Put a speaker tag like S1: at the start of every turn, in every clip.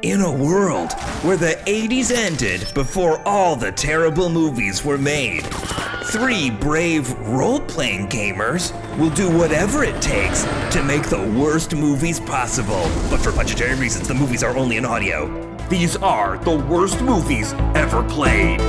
S1: In a world where the 80s ended before all the terrible movies were made, three brave role playing gamers will do whatever it takes to make the worst movies possible. But for budgetary reasons, the movies are only in audio. These are the worst movies ever played.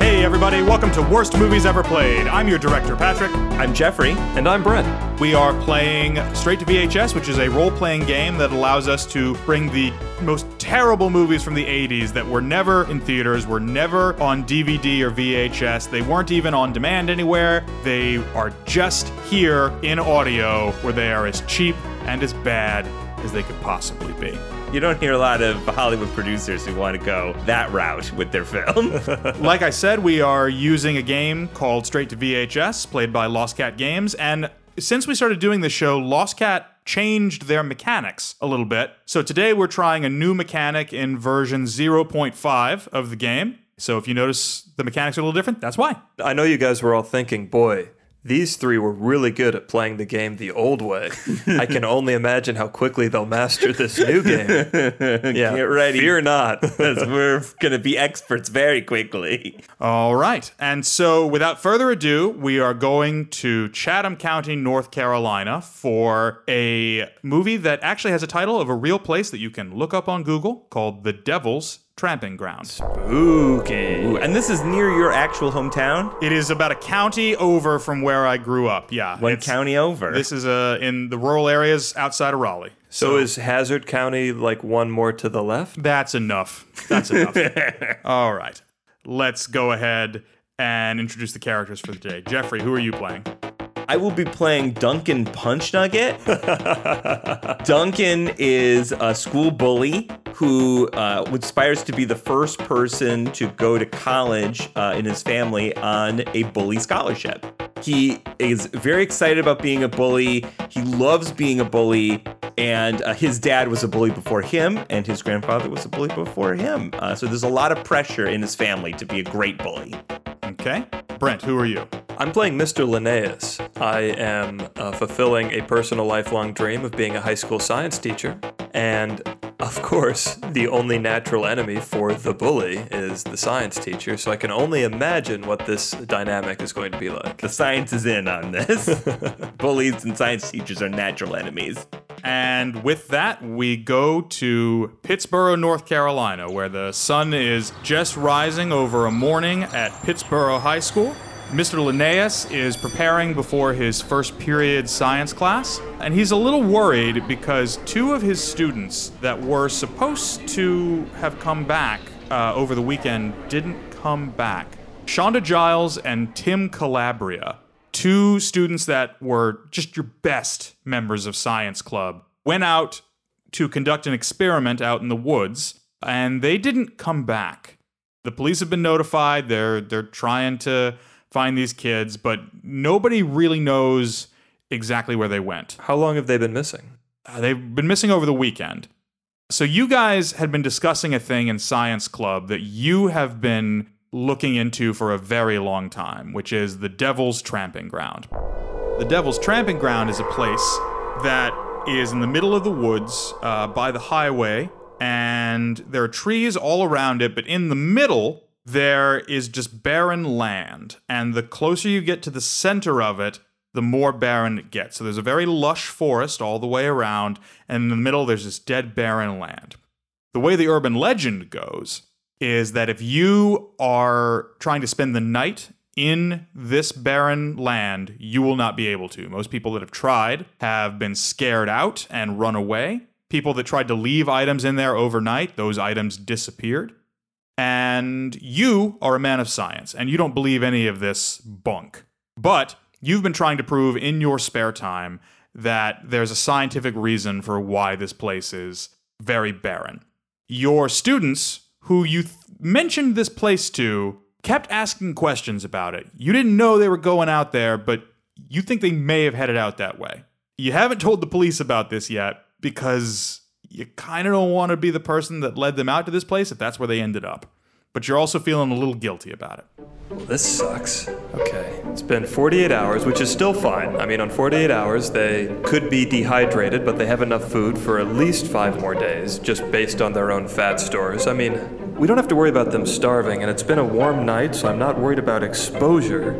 S2: Hey, everybody, welcome to Worst Movies Ever Played. I'm your director, Patrick.
S3: I'm Jeffrey. And I'm Brett.
S2: We are playing Straight to VHS, which is a role playing game that allows us to bring the most terrible movies from the 80s that were never in theaters, were never on DVD or VHS. They weren't even on demand anywhere. They are just here in audio, where they are as cheap and as bad as they could possibly be.
S3: You don't hear a lot of Hollywood producers who want to go that route with their film.
S2: Like I said, we are using a game called Straight to VHS, played by Lost Cat Games. And since we started doing this show, Lost Cat changed their mechanics a little bit. So today we're trying a new mechanic in version 0.5 of the game. So if you notice the mechanics are a little different, that's why.
S4: I know you guys were all thinking, boy, these three were really good at playing the game the old way. I can only imagine how quickly they'll master this new game. Yeah.
S3: Get ready.
S4: Fear not.
S3: 'Cause we're going to be experts very quickly.
S2: All right. And so, without further ado, we are going to Chatham County, North Carolina for a movie that actually has a title of a real place that you can look up on Google called The Devil's Tramping Ground.
S3: Ooh, and this is near your actual hometown?
S2: It is about a county over from where I grew up. Yeah.
S3: One
S2: it's-
S3: county over.
S2: This is uh, in the rural areas outside of Raleigh.
S4: So is Hazard County like one more to the left?
S2: That's enough. That's enough. All right. Let's go ahead and introduce the characters for the day. Jeffrey, who are you playing?
S3: I will be playing Duncan Punch Nugget. Duncan is a school bully who uh, aspires to be the first person to go to college uh, in his family on a bully scholarship. He is very excited about being a bully. He loves being a bully. And uh, his dad was a bully before him, and his grandfather was a bully before him. Uh, so there's a lot of pressure in his family to be a great bully.
S2: Okay. Brent, who are you?
S4: I'm playing Mr. Linnaeus. I am uh, fulfilling a personal lifelong dream of being a high school science teacher. And of course, the only natural enemy for the bully is the science teacher. So I can only imagine what this dynamic is going to be like.
S3: The science is in on this. Bullies and science teachers are natural enemies.
S2: And with that, we go to Pittsburgh, North Carolina, where the sun is just rising over a morning at Pittsburgh High School. Mr. Linnaeus is preparing before his first period science class, and he's a little worried because two of his students that were supposed to have come back uh, over the weekend didn't come back. Shonda Giles and Tim Calabria, two students that were just your best members of Science Club, went out to conduct an experiment out in the woods, and they didn't come back. The police have been notified. They're they're trying to find these kids, but nobody really knows exactly where they went.
S4: How long have they been missing?
S2: Uh, they've been missing over the weekend. So you guys had been discussing a thing in science club that you have been looking into for a very long time, which is the Devil's Tramping Ground. The Devil's Tramping Ground is a place that is in the middle of the woods uh, by the highway, and there are trees all around it, but in the middle, there is just barren land. And the closer you get to the center of it, the more barren it gets. So there's a very lush forest all the way around, and in the middle, there's this dead, barren land. The way the urban legend goes is that if you are trying to spend the night in this barren land, you will not be able to. Most people that have tried have been scared out and run away. People that tried to leave items in there overnight, those items disappeared. And you are a man of science and you don't believe any of this bunk. But you've been trying to prove in your spare time that there's a scientific reason for why this place is very barren. Your students, who you th- mentioned this place to, kept asking questions about it. You didn't know they were going out there, but you think they may have headed out that way. You haven't told the police about this yet because you kind of don't want to be the person that led them out to this place if that's where they ended up. but you're also feeling a little guilty about it.
S4: This sucks. Okay. It's been 48 hours, which is still fine. I mean, on 48 hours, they could be dehydrated, but they have enough food for at least five more days, just based on their own fat stores. I mean, we don't have to worry about them starving, and it's been a warm night, so I'm not worried about exposure.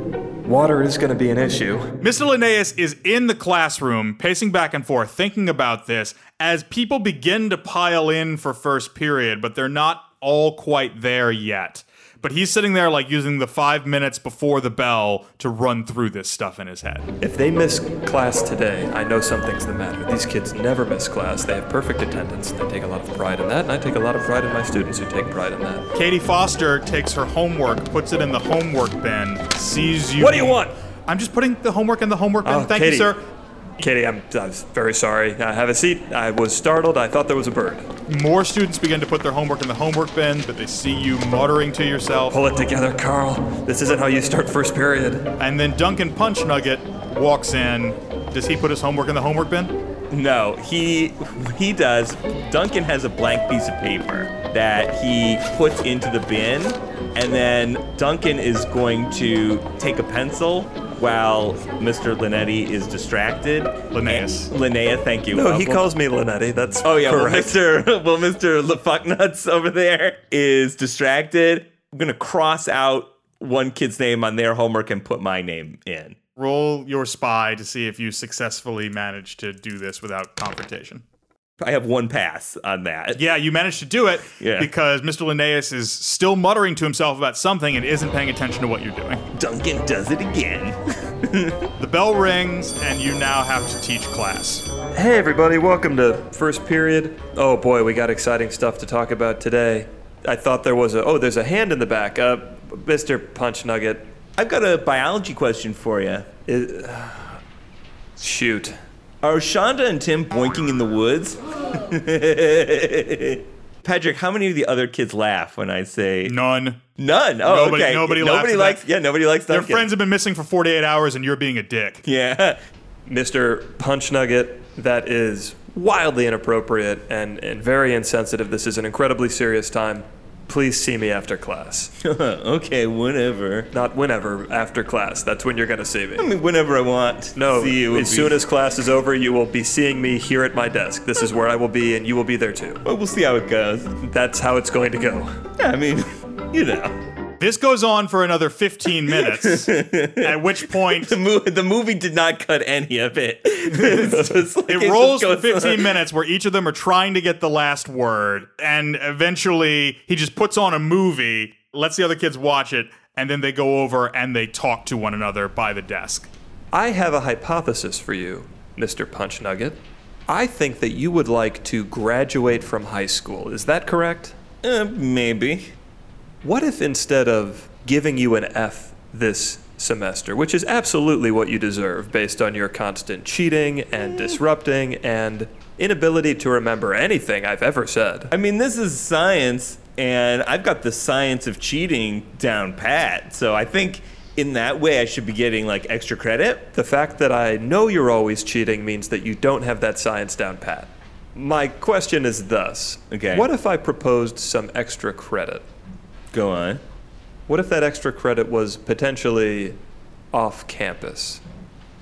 S4: Water is going to be an issue.
S2: Mr. Linnaeus is in the classroom, pacing back and forth, thinking about this as people begin to pile in for first period, but they're not all quite there yet. But he's sitting there, like, using the five minutes before the bell to run through this stuff in his head.
S4: If they miss class today, I know something's the matter. These kids never miss class. They have perfect attendance. They take a lot of pride in that, and I take a lot of pride in my students who take pride in that.
S2: Katie Foster takes her homework, puts it in the homework bin, sees you.
S4: What do you want?
S2: I'm just putting the homework in the homework bin.
S4: Oh,
S2: Thank
S4: Katie.
S2: you, sir.
S4: Katie, I'm, I'm very sorry. Uh, have a seat. I was startled. I thought there was a bird.
S2: More students begin to put their homework in the homework bin, but they see you muttering to yourself.
S4: Pull it together, Carl. This isn't how you start first period.
S2: And then Duncan Punch Nugget walks in. Does he put his homework in the homework bin?
S3: No, he he does. Duncan has a blank piece of paper that he puts into the bin, and then Duncan is going to take a pencil while Mr. Linetti is distracted.
S2: Linnaeus.
S3: And- Linnea, thank you.
S4: No,
S3: Uh,
S4: Oh, he
S3: well-
S4: calls me Linetti. That's
S3: Oh yeah,
S4: correct.
S3: well, Mr. Well, Mr. LeFucknuts over there is distracted. I'm gonna cross out one kid's name on their homework and put my name in.
S2: Roll your spy to see if you successfully manage to do this without confrontation.
S3: I have one pass on that.
S2: Yeah, you managed to do it
S3: Yeah.
S2: because Mr. Linnaeus is still muttering to himself about something and isn't paying attention to what you're doing.
S3: Duncan does it again.
S2: The bell rings, and you now have to teach class.
S4: Hey, everybody, welcome to first period. Oh boy, we got exciting stuff to talk about today. I thought there was a. Oh, there's a hand in the back. Uh, Mr. Punch Nugget.
S3: I've got a biology question for you.
S4: Uh, Shoot.
S3: Are Shonda and Tim boinking in the woods? Patrick, how many of the other kids laugh when I say
S2: None.
S3: none? Oh,
S2: Nobody-
S3: okay.
S2: nobody laughs
S3: nobody
S2: at
S3: likes.
S2: that.
S3: Yeah, nobody likes.
S2: Their
S3: Duncan.
S2: friends have been missing for 48 hours, and you're being a dick.
S3: Yeah.
S4: Mr. Punch Nugget, that is wildly inappropriate and, and very insensitive. This is an incredibly serious time. Please see me after class.
S3: okay. Whenever.
S4: Not whenever, after class. That's when you're going to see
S3: I
S4: me.
S3: mean, whenever I want.
S4: No,
S3: See you
S4: as soon as class is over, you will be seeing me here at my desk. This is where I will be, and you will be there too.
S3: Well, we'll see how it goes.
S4: That's how it's going to go.
S3: Yeah, I mean, you know,
S2: This goes on for another 15 minutes, at which point
S3: the movie, the movie did not cut any of it. It's just like-
S2: It
S3: just
S2: rolls for
S3: goes
S2: 15
S3: on.
S2: minutes where each of them are trying to get the last word. And eventually he just puts on a movie, lets the other kids watch it, and then they go over and they talk to one another by the desk.
S4: I have a hypothesis for you, Mr. Punch Nugget. I think that you would like to graduate from high school. Is that correct?
S3: Uh, maybe.
S4: What if instead of giving you an F this semester, which is absolutely what you deserve based on your constant cheating and disrupting and inability to remember anything I've ever said?
S3: I mean, this is science, and I've got the science of cheating down pat. So I think in that way, I should be getting like extra credit.
S4: The fact that I know you're always cheating means that you don't have that science down pat. My question is thus
S3: Okay.
S4: What if I proposed some extra credit?
S3: Go on.
S4: What if that extra credit was potentially off campus?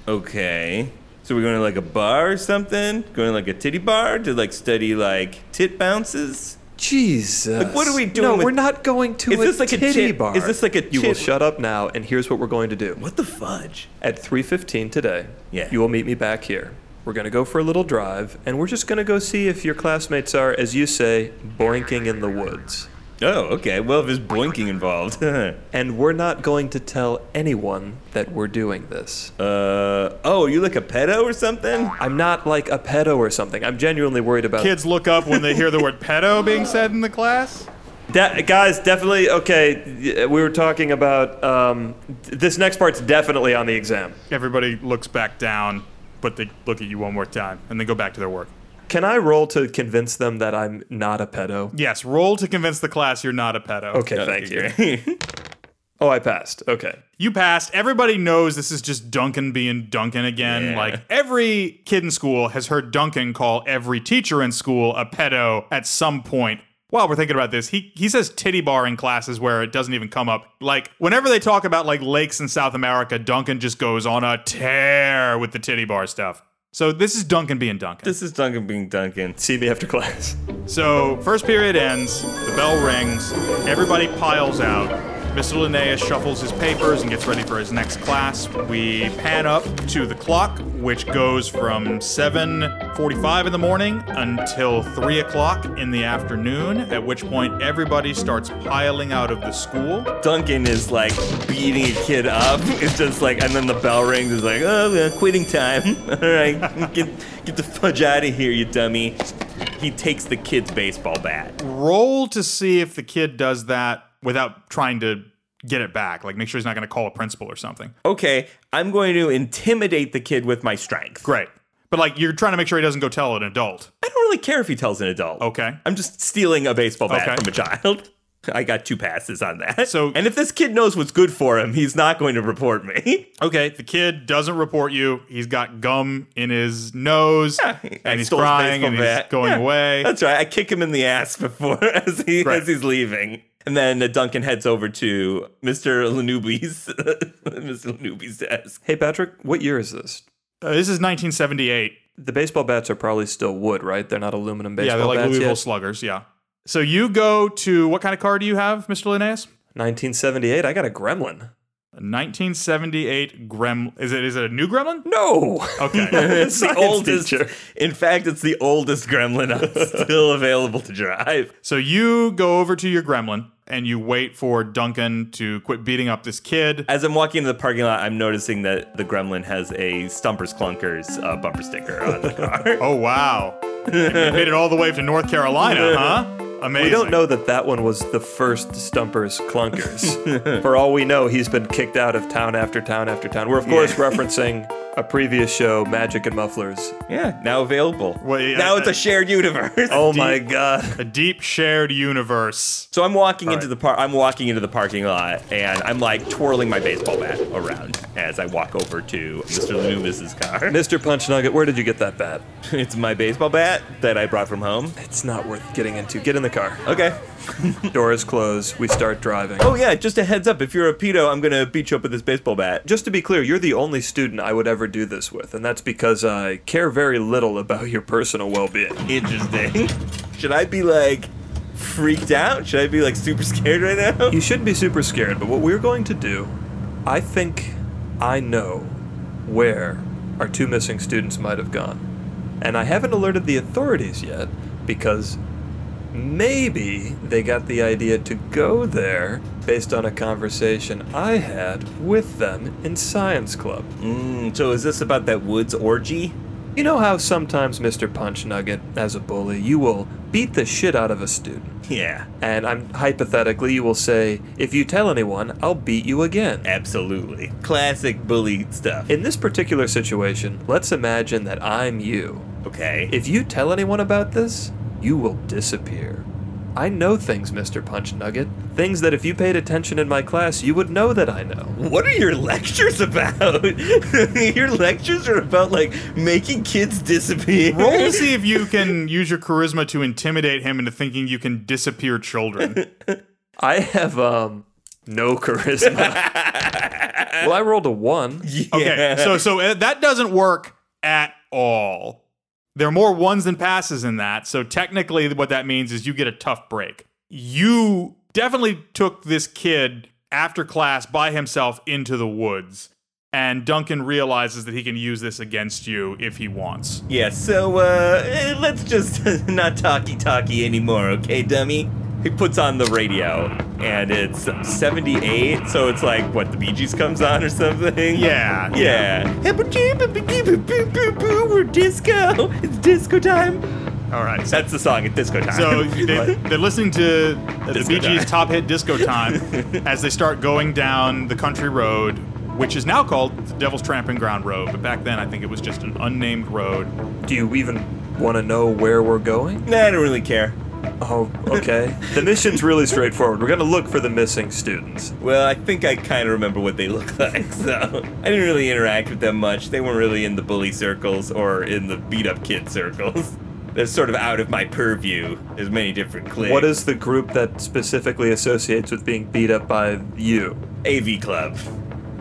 S3: Okay. So we're going to like a bar or something? Going to like a titty bar to like study like tit bounces?
S4: Jesus.
S3: what are we doing
S4: No,
S3: with-
S4: we're not going to
S3: Is
S4: a
S3: this like a
S4: titty
S3: tit-
S4: bar.
S3: is this like a
S4: You will
S3: tit-
S4: shut up now, and here's what we're going to do.
S3: What the fudge?
S4: At 3.15 today,
S3: Yeah.
S4: you will meet me back here. We're going to go for a little drive, and we're just going to go see if your classmates are, as you say, boinking in the woods.
S3: Oh, okay. Well, if there's boinking involved. uh,
S4: And we're not going to tell anyone that we're doing this.
S3: oh, are you like a pedo or something?
S4: I'm not like a pedo or something. I'm genuinely worried about
S2: Kids look up when they hear the word pedo being said in the class.
S4: De- guys, definitely. Okay, y- we were talking about um, th- this next part's definitely on the exam.
S2: Everybody looks back down, but they look at you one more time and then go back to their work.
S4: Can I roll to convince them that I'm not a pedo?
S2: Yes, roll to convince the class you're not a pedo.
S4: Okay, thank you. Oh, I passed. Okay.
S2: You passed. Everybody knows this is just Duncan being Duncan again.
S3: Yeah.
S2: Like every kid in school has heard Duncan call every teacher in school a pedo at some point while we're thinking about this, he he says titty bar in classes where it doesn't even come up. Like whenever they talk about like lakes in South America, Duncan just goes on a tear with the titty bar stuff. So this is Duncan being Duncan.
S3: This is Duncan being Duncan.
S4: See me after class.
S2: So first period ends, the bell rings, everybody piles out. Mr. Linnaeus shuffles his papers and gets ready for his next class. We pan up to the clock, which goes from 7:45 in the morning until 3 o'clock in the afternoon. At which point, everybody starts piling out of the school.
S3: Duncan is like beating a kid up. It's just like, and then the bell rings. It's like, oh, uh, quitting time. All right, get get the fudge out of here, you dummy. He takes the kid's baseball bat.
S2: Roll to see if the kid does that without trying to get it back. Like make sure he's not going to call a principal or something.
S3: Okay, I'm going to intimidate the kid with my strength.
S2: Great. But like you're trying to make sure he doesn't go tell an adult.
S3: I don't really care if he tells an adult.
S2: Okay.
S3: I'm just stealing a baseball bat
S2: Okay.
S3: from a child. I got two passes on that.
S2: So-
S3: and if this kid knows what's good for him, he's not going to report me.
S2: Okay, the kid doesn't report you. He's got gum in his nose
S3: I
S2: and he's
S3: stole his
S2: crying and
S3: baseball
S2: he's
S3: bat.
S2: going
S3: Yeah,
S2: away.
S3: That's right. I kick him in the ass before as he
S2: Right.
S3: as he's leaving. And then uh, Duncan heads over to Mr. Lanubi's Mr. Lanubi's desk.
S4: Hey, Patrick, what year is this?
S2: Uh, this is 1978.
S4: The baseball bats are probably still wood, right? They're not aluminum baseball
S2: yeah, they're like
S4: bats
S2: Louisville
S4: yet.
S2: Sluggers. Yeah. So you go to what kind of car do you have, Mr. Linnaeus?
S4: 1978. I got a Gremlin.
S2: A 1978 Gremlin. Is it? Is it a new Gremlin?
S4: No.
S2: Okay.
S3: It's the oldest. In fact, it's the oldest Gremlin that's still available to drive.
S2: so you go over to your Gremlin and you wait for Duncan to quit beating up this kid.
S3: As I'm walking into the parking lot, I'm noticing that the Gremlin has a Stumpers Clunkers uh, bumper sticker on the car.
S2: Oh wow! You made it all the way to North Carolina, huh? Amazing.
S4: We don't know that that one was the first Stumpers Clunkers. For all we know, he's been kicked out of town after town after town. We're, of course, referencing a previous show, Magic and Mufflers.
S3: yeah, now available.
S2: Well, yeah,
S3: now it's
S2: I-
S3: a shared universe.
S4: Oh my God.
S2: a deep shared universe.
S3: So I'm walking
S2: All
S3: into
S2: right.
S3: the par- I'm walking into the parking lot and I'm like twirling my baseball bat around as I walk over to Mr. Loomis's car.
S4: Mr. Punch Nugget, where did you get that bat?
S3: it's my baseball bat that I brought from home.
S4: It's not worth getting into. Get in the car.
S3: Okay.
S4: Doors close. We start driving.
S3: Oh yeah, just a heads up. If you're a pedo, I'm gonna beat you up with this baseball bat.
S4: Just to be clear, you're the only student I would ever do this with, and that's because I care very little about your personal well being.
S3: Interesting. Should I be like freaked out? Should I be like super scared right now?
S4: You shouldn't be super scared, but what we're going to do, I think I know where our two missing students might have gone. And I haven't alerted the authorities yet because maybe they got the idea to go there based on a conversation I had with them in science club.
S3: Mm, so is this about that woods orgy?
S4: You know how sometimes, Mr. Punch Nugget, as a bully, you will beat the shit out of a student.
S3: Yeah,
S4: And I'm hypothetically, you will say, if you tell anyone, I'll beat you again.
S3: absolutely. Classic bully stuff.
S4: In this particular situation, let's imagine that I'm you.
S3: okay.
S4: If you tell anyone about this, you will disappear. I know things, Mr. Punch Nugget. Things that if you paid attention in my class, you would know that I know.
S3: What are your lectures about? your lectures are about like making kids disappear.
S2: Roll to see if you can use your charisma to intimidate him into thinking you can disappear children.
S4: I have, um, no charisma. well, I rolled a one.
S2: Okay, so so uh, that doesn't work at all. There are more ones than passes in that. So technically, what that means is you get a tough break. You definitely took this kid after class by himself into the woods, and Duncan realizes that he can use this against you if he wants.
S3: yeah, so uh, eh, let's just not talky talky anymore, okay, dummy? He puts on the radio, and it's 78, so it's like what the Bee Gees comes on or something.
S2: Yeah,
S3: Yeah. We're disco. It's disco time.
S2: All right. So
S3: That's the song at disco time.
S2: So they, they're listening to the
S3: Disco
S2: Bee Gees'
S3: time.
S2: top hit "Disco Time" as they start going down the country road, which is now called the Devil's Tramping Ground Road. But back then, I think it was just an unnamed road.
S4: Do you even want to know where we're going?
S3: Nah, I don't really care.
S4: Oh, okay. the mission's really straightforward. We're going to look for the missing students.
S3: Well, I think I kind of remember what they look like, so I didn't really interact with them much. They weren't really in the bully circles or in the beat up kid circles. That's sort of out of my purview. There's many different cliques.
S4: What is the group that specifically associates with being beat up by you?
S3: AV Club?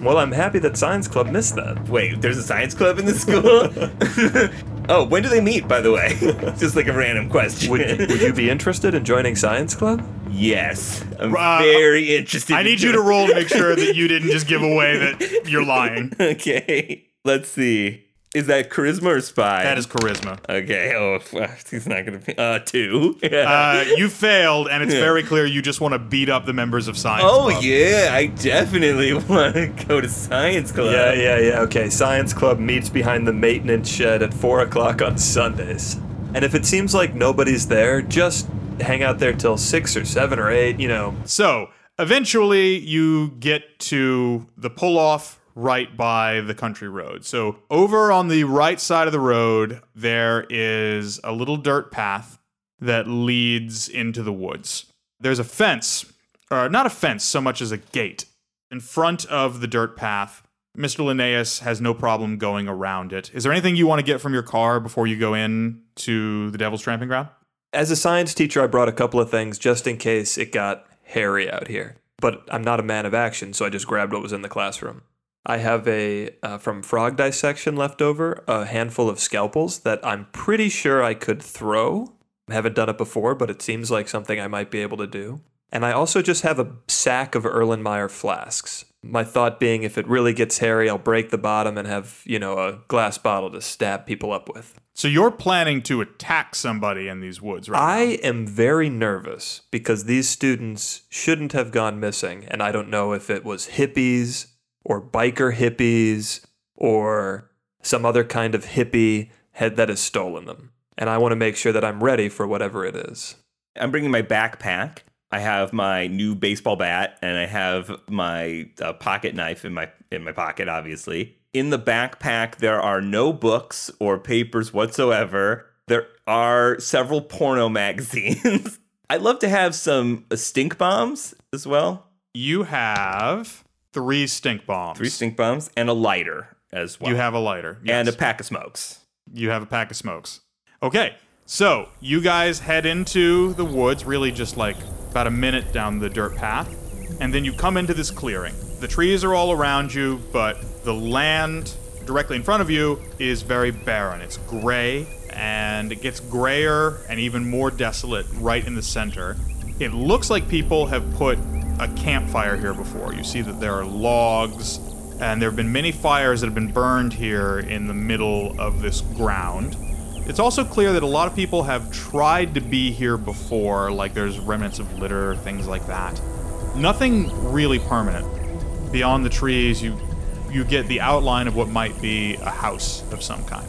S4: Well, I'm happy that Science Club missed that.
S3: Wait, there's a science club in the school? oh, when do they meet, by the way? Just like a random question.
S4: Would, would you be interested in joining Science Club?
S3: yes. I'm
S2: Uh,
S3: very interested.
S2: I
S3: in
S2: need you to
S3: doing-
S2: roll to make sure that you didn't just give away that you're lying.
S3: Okay. Let's see. Is that charisma or spy?
S2: That is charisma.
S3: Okay. Oh, f- he's not going to be. Uh, two.
S2: Uh, you failed, and it's very clear you just want to beat up the members of Science
S3: oh,
S2: Club.
S3: yeah. I definitely want to go to science club.
S4: Yeah, yeah, yeah. Okay, Science Club meets behind the maintenance shed at 4 o'clock on Sundays. And if it seems like nobody's there, just hang out there till 6 or 7 or 8, you know.
S2: So eventually, you get to the pull off right by the country road. So over on the right side of the road, there is a little dirt path that leads into the woods. There's a fence, or not a fence so much as a gate, in front of the dirt path. Mr. Linnaeus has no problem going around it. Is there anything you want to get from your car before you go in to the Devil's Tramping Ground?
S4: As a science teacher, I brought a couple of things just in case it got hairy out here. But I'm not a man of action, so I just grabbed what was in the classroom. I have a, uh, from frog dissection left over, a handful of scalpels that I'm pretty sure I could throw. I haven't done it before, but it seems like something I might be able to do. And I also just have a sack of Erlenmeyer flasks. My thought being, if it really gets hairy, I'll break the bottom and have, you know, a glass bottle to stab people up with.
S2: So you're planning to attack somebody in these woods, right?
S4: I am very nervous because these students shouldn't have gone missing, and I don't know if it was hippies or biker hippies or some other kind of hippie head that has stolen them. And I want to make sure that I'm ready for whatever it is.
S3: I'm bringing my backpack. I have my new baseball bat and I have my uh, pocket knife in my in my pocket obviously. In the backpack there are no books or papers whatsoever. There are several porno magazines. I'd love to have some uh, stink bombs as well.
S2: You have three stink bombs.
S3: Three stink bombs and a lighter as well.
S2: You have a lighter.
S3: and
S2: yes.
S3: a pack of smokes.
S2: you have a pack of smokes. Okay, so you guys head into the woods, really just like about a minute down the dirt path, and then you come into this clearing. The trees are all around you, but the land directly in front of you is very barren. It's gray, and it gets grayer and even more desolate right in the center. It looks like people have put a campfire here before. You see that there are logs and there have been many fires that have been burned here in the middle of this ground. It's also clear that a lot of people have tried to be here before, like there's remnants of litter, things like that. Nothing really permanent. Beyond the trees, you you get the outline of what might be a house of some kind.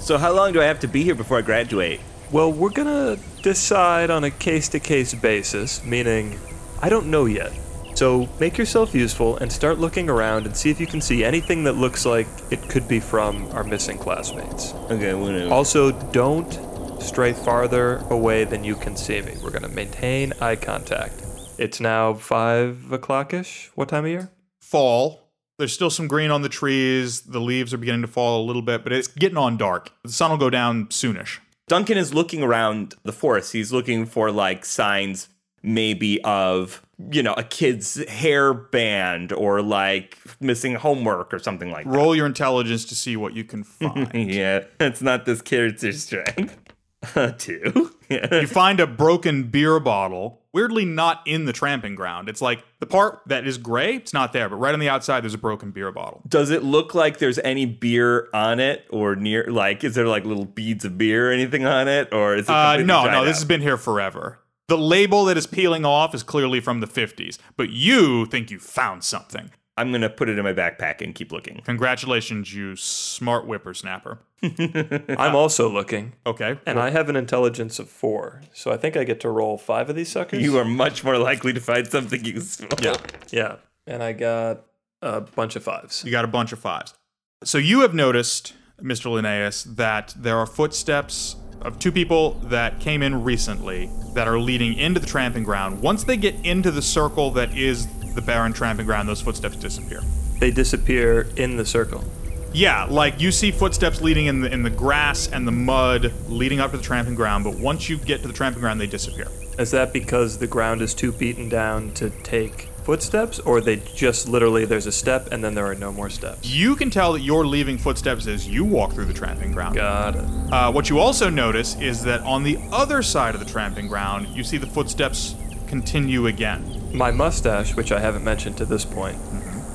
S3: So how long do I have to be here before I graduate?
S4: Well, we're going to decide on a case to case basis, meaning I don't know yet. So make yourself useful and start looking around and see if you can see anything that looks like it could be from our missing classmates.
S3: Okay, I'm gonna-
S4: Also, don't stray farther away than you can see me. We're going to maintain eye contact. It's now 5 o'clock ish. What time of year?
S2: Fall. There's still some green on the trees. The leaves are beginning to fall a little bit, but it's getting on dark. The sun will go down soonish.
S3: Duncan is looking around the forest. He's looking for like signs maybe of, you know, a kid's hair band or like missing homework or something like that.
S2: Roll your intelligence to see what you can find.
S3: Yeah, that's not this character's strength. Uh, two. Yeah.
S2: you find a broken beer bottle, weirdly not in the tramping ground. It's like the part that is gray, it's not there, but right on the outside, there's a broken beer bottle.
S3: Does it look like there's any beer on it or near, like, is there like little beads of beer or anything on it? Or is it
S2: Uh,
S3: completely
S2: no,
S3: dried
S2: no,
S3: out?
S2: this has been here forever. The label that is peeling off is clearly from the 50s, but you think you found something.
S3: I'm going to put it in my backpack and keep looking.
S2: Congratulations, you smart whippersnapper.
S4: I'm also looking,
S2: Okay.
S4: and I have an intelligence of 4, so I think I get to roll 5 of these suckers.
S3: You are much more likely to find something useful. Yeah.
S4: Yeah. And I got a bunch of 5s.
S2: You got a bunch of fives. So you have noticed, Mr. Linnaeus, that there are footsteps of two people that came in recently that are leading into the tramping ground. Once they get into the circle that is the barren tramping ground, those footsteps disappear.
S4: They disappear in the circle.
S2: Yeah, like you see footsteps leading in the in the grass and the mud leading up to the tramping ground, but once you get to the tramping ground, they disappear.
S4: Is that because the ground is too beaten down to take footsteps, or they just literally there's a step and then there are no more steps?
S2: You can tell that you're leaving footsteps as you walk through the tramping ground.
S4: Got it.
S2: Uh, what you also notice is that on the other side of the tramping ground, you see the footsteps continue again.
S4: My mustache, which I haven't mentioned to this point,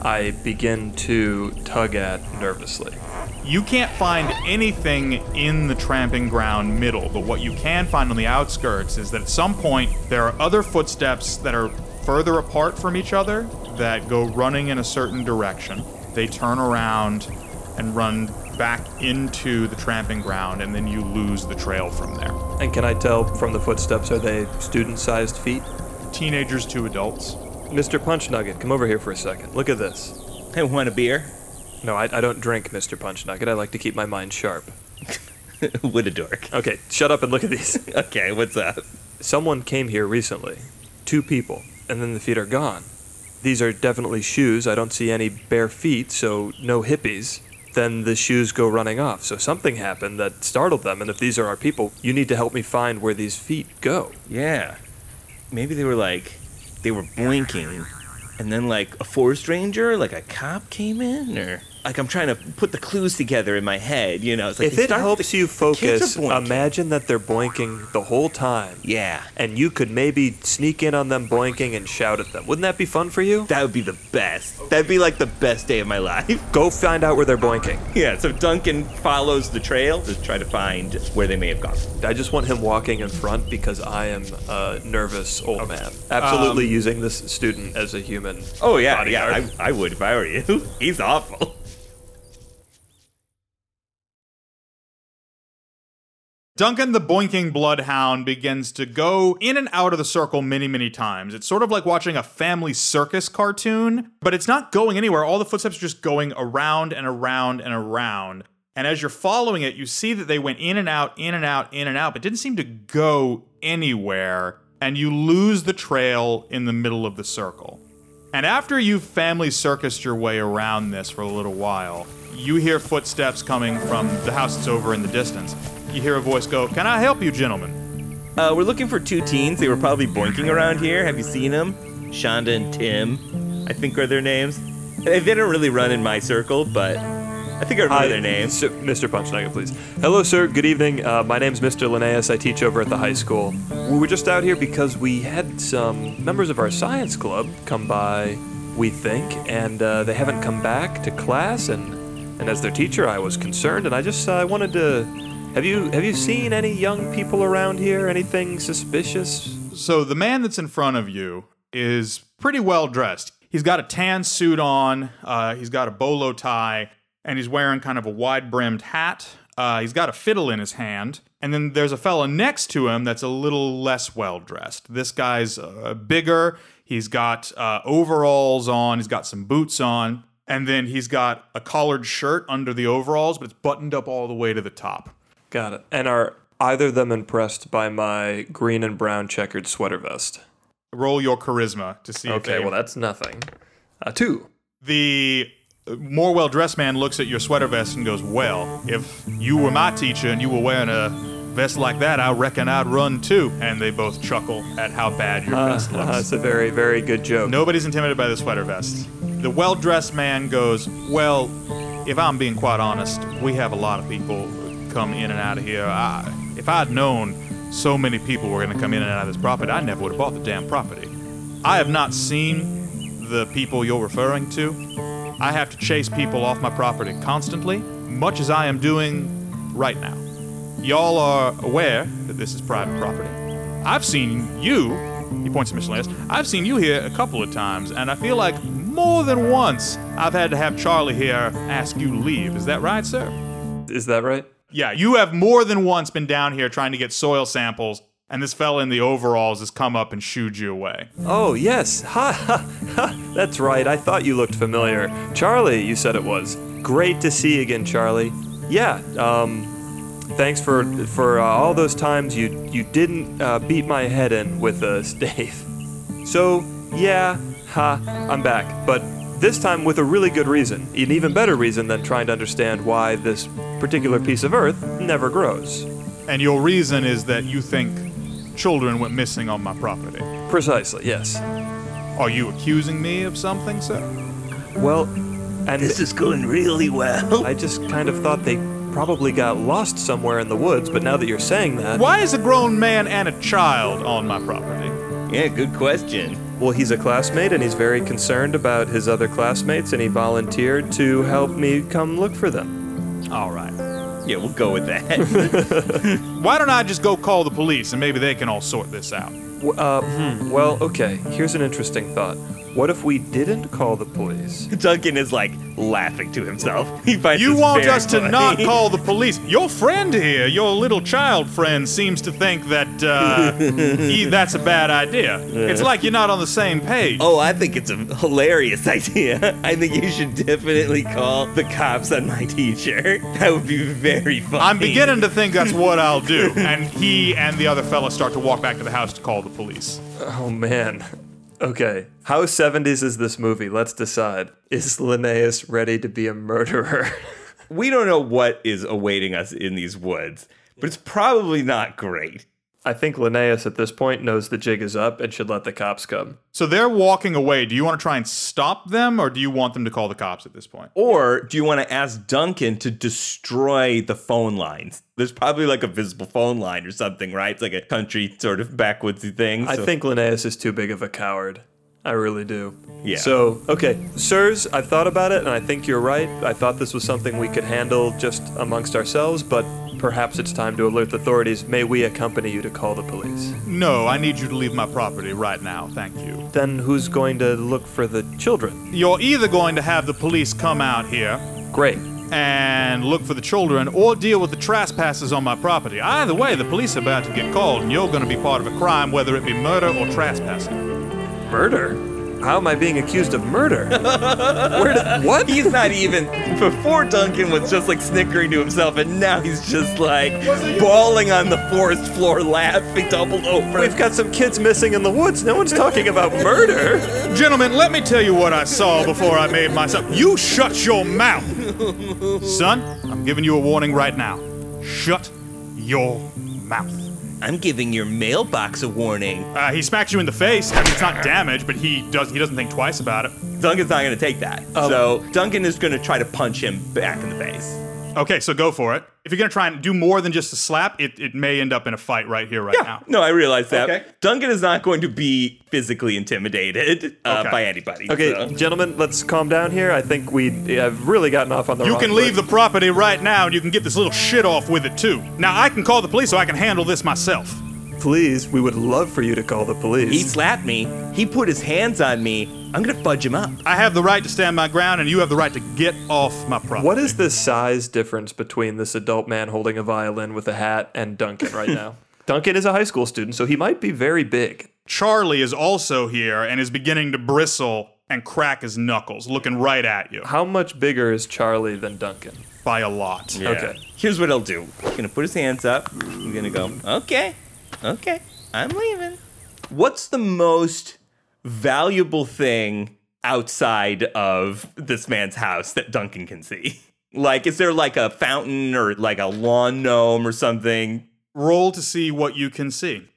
S4: I begin to tug at nervously.
S2: You can't find anything in the tramping ground middle, but what you can find on the outskirts is that at some point there are other footsteps that are further apart from each other that go running in a certain direction. They turn around and run back into the tramping ground, and then you lose the trail from there.
S4: And can I tell from the footsteps, are they student sized feet?
S2: Teenagers to adults.
S4: Mr. Punch Nugget, come over here for a second. Look at this.
S3: I want a beer.
S4: No, I, I don't drink Mr. Punch Nugget. I like to keep my mind sharp.
S3: what a dork.
S4: Okay, shut up and look at these.
S3: Okay, what's up?
S4: Someone came here recently. Two people, and then the feet are gone. These are definitely shoes. I don't see any bare feet, so no hippies. Then the shoes go running off. So something happened that startled them, and if these are our people, you need to help me find where these feet go.
S3: Yeah. Maybe they were like, they were blinking. And then, like, a forest ranger, like a cop came in, or. Like, I'm trying to put the clues together in my head, you know? It's like,
S4: if
S3: they
S4: it
S3: start-
S4: helps you
S3: the kids are
S4: focus,
S3: blinking.
S4: imagine that they're boinking the whole time.
S3: Yeah.
S4: And you could maybe sneak in on them boinking and shout at them. Wouldn't that be fun for you?
S3: That would be the best. That'd be like the best day of my life.
S4: Go find out where they're boinking.
S3: Yeah, so Duncan follows the trail to try to find where they may have gone.
S4: I just want him walking in front because I am a nervous old man. Absolutely using this student as a human.
S3: Um, Oh, yeah,
S4: bodyguard.
S3: yeah. I, I would if I were you. He's awful.
S2: Duncan the Boinking Bloodhound begins to go in and out of the circle many, many times. It's sort of like watching a family circus cartoon, but it's not going anywhere. All the footsteps are just going around and around and around. And as you're following it, you see that they went in and out, in and out, in and out, but didn't seem to go anywhere. And you lose the trail in the middle of the circle. And after you've family circused your way around this for a little while, you hear footsteps coming from the house that's over in the distance. You hear a voice go, Can I help you, gentlemen?
S3: Uh, we're looking for two teens. They were probably boinking around here. Have you seen them? Shonda and Tim, I think are their names. They they don't really run in my circle, but I think I remember their names.
S4: Sir- Mr. Punch Nugget, please. Hello, sir. Good evening. Uh, my name's Mr. Linnaeus. I teach over at the high school. We were just out here because we had some members of our science club come by, we think, and uh, they haven't come back to class. And and as their teacher, I was concerned, and I just I wanted to. Have you have you seen any young people around here? Anything suspicious?
S2: So the man that's in front of you is pretty well dressed. He's got a tan suit on, uh, he's got a bolo tie, and he's wearing kind of a wide brimmed hat. Uh, he's got a fiddle in his hand. And then there's a fella next to him that's a little less well dressed. This guy's uh, bigger, he's got uh, overalls on, he's got some boots on. And then he's got a collared shirt under the overalls, but it's buttoned up all the way to the top.
S4: Got it. And are either of them impressed by my green and brown checkered sweater vest?
S2: Roll your charisma to see if
S4: Okay,
S2: they
S4: well that's nothing. Uh, two.
S2: the uh, more well dressed man looks at your sweater vest and goes, Well, if you were my teacher and you were wearing a vest like that, I reckon I'd run too. And they both chuckle at how bad your vest
S4: Uh,
S2: looks.
S4: that's a very, very good joke.
S2: Nobody's intimidated by the sweater vest. The well dressed man goes, Well, if I'm being quite honest, we have a lot of people come in and out of here. I, if I'd known so many people were going to come in and out of this property, I never would have bought the damn property. I have not seen the people you're referring to. I have to chase people off my property constantly, much as I am doing right now. Y'all are aware that this is private property. I've seen you, he points to Mr. Lance, I've seen you here a couple of times, and I feel like more than once I've had to have Charlie here ask you to leave. Is that right, sir?
S4: Is that right?
S2: Yeah, you have more than once been down here trying to get soil samples, and this fella in the overalls has come up and shooed you away.
S4: Oh, yes. Ha, ha, ha. That's right. I thought you looked familiar. Charlie, you said it was. Great to see you again, Charlie. Yeah. Um, thanks for for uh, all those times you you didn't uh, beat my head in with a stave. So yeah, ha, I'm back. But this time with a really good reason, an even better reason than trying to understand why this particular piece of earth never grows.
S2: And your reason is that you think children went missing on my property.
S4: Precisely, yes.
S2: Are you accusing me of something, sir?
S4: Well, and
S5: This is going really well.
S4: I just kind of thought they probably got lost somewhere in the woods, but now that you're saying that,
S2: Why is a grown man and a child on my property?
S3: Yeah, good question.
S4: well, he's a classmate and he's very concerned about his other classmates, and he volunteered to help me come look for them.
S2: All right.
S3: Yeah, we'll go with that.
S2: Why don't I just go call the police and maybe they can all sort this out?
S4: W- Uh, hmm, well, okay, here's an interesting thought. What if we didn't call the police?
S3: Duncan is like laughing to himself. He finds
S2: You
S3: this
S2: want
S3: very
S2: us to
S3: funny.
S2: not call the police? Your friend here, your little child friend, seems to think that uh, he, that's a bad idea. It's like you're not on the same page.
S3: Oh, I think it's a hilarious idea. I think you should definitely call the cops on my teacher. That would be very funny.
S2: I'm beginning to think that's what I'll do. And he and the other fella start to walk back to the house to call the police.
S4: Oh man. Okay. How 70s is this movie? Let's decide. Is Linnaeus ready to be a murderer?
S3: We don't know what is awaiting us in these woods, but it's probably not great.
S4: I think Linnaeus at this point knows the jig is up and should let the cops come.
S2: So they're walking away. Do you want to try and stop them or do you want them to call the cops at this point? Oh,
S3: Or do you want to ask Duncan to destroy the phone lines? There's probably like a visible phone line or something, right? It's like a country sort of backwoodsy thing.
S4: I
S3: so-
S4: think Linnaeus is too big of a coward. I really do.
S3: Yeah.
S4: So, okay, sirs, I've thought about it and I think you're right. I thought this was something we could handle just amongst ourselves, but perhaps it's time to alert the authorities. May we accompany you to call the police?
S2: No, I need you to leave my property right now. Thank you.
S4: Then who's going to look for the children?
S2: You're either going to have the police come out here
S4: Great.
S2: and look for the children or deal with the trespassers on my property. Either way, the police are about to get called and you're going to be part of a crime, whether it be murder or trespassing.
S4: Murder? How am I being accused of murder? Where did, what?
S3: He's not even. Before Duncan was just like snickering to himself, and now he's just like bawling on the forest floor, laughing, doubled over.
S4: We've got some kids missing in the woods. No one's talking about murder.
S2: Gentlemen, let me tell you what I saw before I made myself. You shut your mouth! Son, I'm giving you a warning right now. Shut your mouth.
S3: I'm giving your mailbox a warning.
S2: Uh, he smacks you in the face. I mean, it's not damage, but he does. He doesn't think twice about it.
S3: Duncan's not going to take that. so Duncan is going to try to punch him back in the face.
S2: Okay, so go for it. If you're gonna try and do more than just a slap, it, it may end up in a fight right here, right now.
S3: No, I realize that.
S2: Okay.
S3: Duncan is not going to be physically intimidated uh,
S2: Okay.
S3: by anybody.
S4: Okay,
S3: so.
S4: gentlemen, let's calm down here. I think we have really gotten off on the
S2: You
S4: wrong
S2: can leave the property right now, and you can get this little shit off with it too. Now I can call the police, so I can handle this myself.
S4: foot. Please, we would love for you to call the police.
S3: He slapped me. He put his hands on me. I'm going to fudge him up.
S2: I have the right to stand my ground, and you have the right to get off my property.
S4: what is the size difference between this adult man holding a violin with a hat and Duncan right now? Duncan is a high school student, so he might be very big.
S2: Charlie is also here and is beginning to bristle and crack his knuckles, looking right at you
S4: How much bigger is Charlie than Duncan?
S2: by a lot.
S4: Okay.
S3: Here's what he'll do. He's gonna put his hands up. He's gonna go, okay, okay, I'm leaving. What's the most valuable thing outside of this man's house that Duncan can see? Like, is there like a fountain or like a lawn gnome or something?
S2: Roll to see what you can see.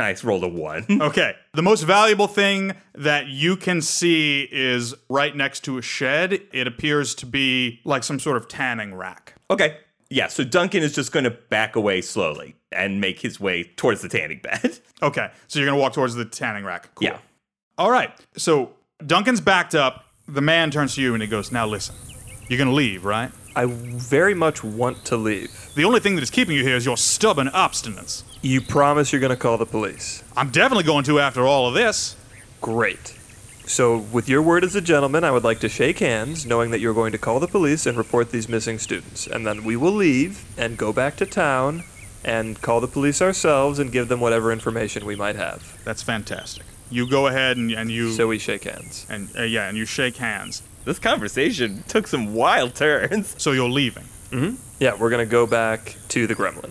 S3: I just rolled a one.
S2: Okay. The most valuable thing that you can see is right next to a shed. It appears to be like some sort of tanning rack.
S3: Okay. Yeah, so Duncan is just gonna back away slowly and make his way towards the tanning bed.
S2: Okay. So you're going to walk towards the tanning rack. Cool.
S3: Yeah.
S2: All right. So Duncan's backed up. The man turns to you and he goes, Now listen, you're going to leave, right?
S4: I very much want to leave.
S2: The only thing that is keeping you here is your stubborn obstinance.
S4: You promise you're going to call the police.
S2: I'm definitely going to after all of this.
S4: Great. So, with your word as a gentleman, I would like to shake hands, knowing that you're going to call the police and report these missing students. And then we will leave and go back to town and call the police ourselves and give them whatever information we might have.
S2: That's fantastic. You go ahead and, and you.
S4: So, we shake hands.
S2: and uh, yeah, and you shake hands.
S3: This conversation took some wild turns.
S2: So you're leaving.
S4: Yeah, we're going to go back to the gremlin.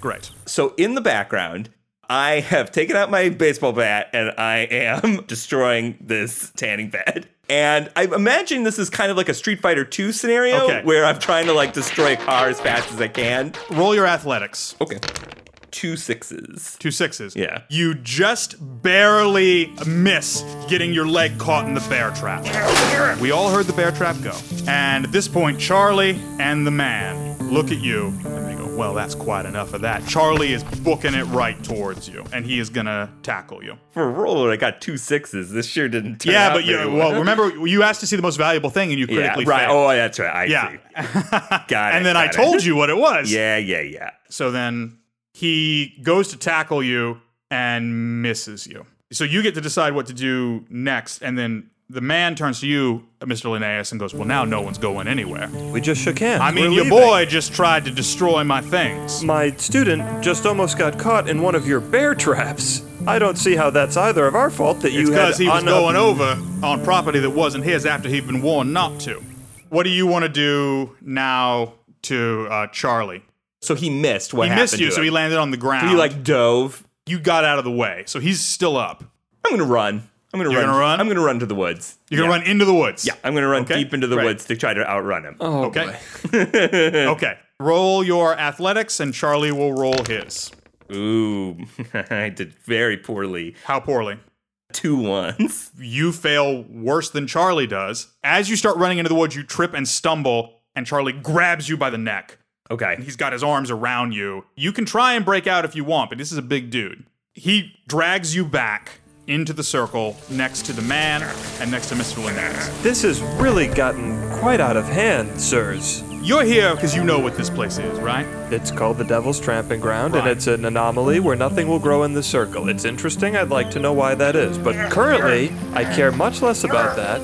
S2: Great.
S3: So in the background, I have taken out my baseball bat and I am destroying this tanning bed. And I imagine this is kind of like a Street Fighter 2 scenario
S2: Okay.
S3: where I'm trying to like destroy a car as fast as I can.
S2: Roll your athletics.
S3: Okay. Two sixes.
S2: Two sixes.
S3: Yeah.
S2: You just barely miss getting your leg caught in the bear trap. We all heard the bear trap go. And at this point, Charlie and the man look at you and they go, Well, that's quite enough of that. Charlie is booking it right towards you and he is going to tackle you.
S3: For a roll, I got two sixes. This sure didn't turn
S2: yeah,
S3: out
S2: but you,
S3: very
S2: well, remember, you asked to see the most valuable thing and you
S3: Yeah,
S2: critically
S3: right.
S2: failed.
S3: Oh, that's right. I
S2: Yeah.
S3: see. Got it.
S2: and then I
S3: got it.
S2: told you what it was.
S3: Yeah, yeah, yeah.
S2: So then he goes to tackle you and misses you. So you get to decide what to do next. And then the man turns to you, Mr. Linnaeus, and goes, Well, now no one's going anywhere.
S4: We just shook hands.
S2: I mean,
S4: We're
S2: your
S4: leaving.
S2: boy just tried to destroy my things.
S4: My student just almost got caught in one of your bear traps. I don't see how that's either of our fault that you
S2: It's
S4: had
S2: because he was
S4: un-
S2: going over on property that wasn't his after he'd been warned not to. What do you want to do now to uh, Charlie?
S3: So he missed what
S2: He
S3: happened.
S2: missed you,
S3: to
S2: so
S3: him.
S2: he landed on the ground.
S3: He like dove.
S2: you got out of the way, so he's still up.
S3: I'm gonna run. I'm gonna
S2: You're
S3: run.
S2: gonna run?
S3: I'm gonna run to the woods.
S2: You're gonna run into the woods.
S3: Yeah, I'm gonna run
S2: Okay,
S3: deep into the
S2: right.
S3: woods to try to outrun him.
S4: Oh,
S2: Okay.
S4: boy.
S2: okay. Roll your athletics, and Charlie will roll his.
S3: Ooh, I did very poorly.
S2: How poorly?
S3: Two ones.
S2: You fail worse than Charlie does. As you start running into the woods, you trip and stumble, and Charlie grabs you by the neck.
S3: Okay.
S2: He's got his arms around you. You can try and break out if you want, but this is a big dude. He drags you back into the circle next to the man and next to Mr. Linnaeus.
S4: This has really gotten quite out of hand, sirs.
S2: You're here because you know what this place is, right?
S4: It's called the Devil's Tramping Ground, and
S2: Right.
S4: it's an anomaly where nothing will grow in the circle. It's interesting. I'd like to know why that is. But currently, I care much less about that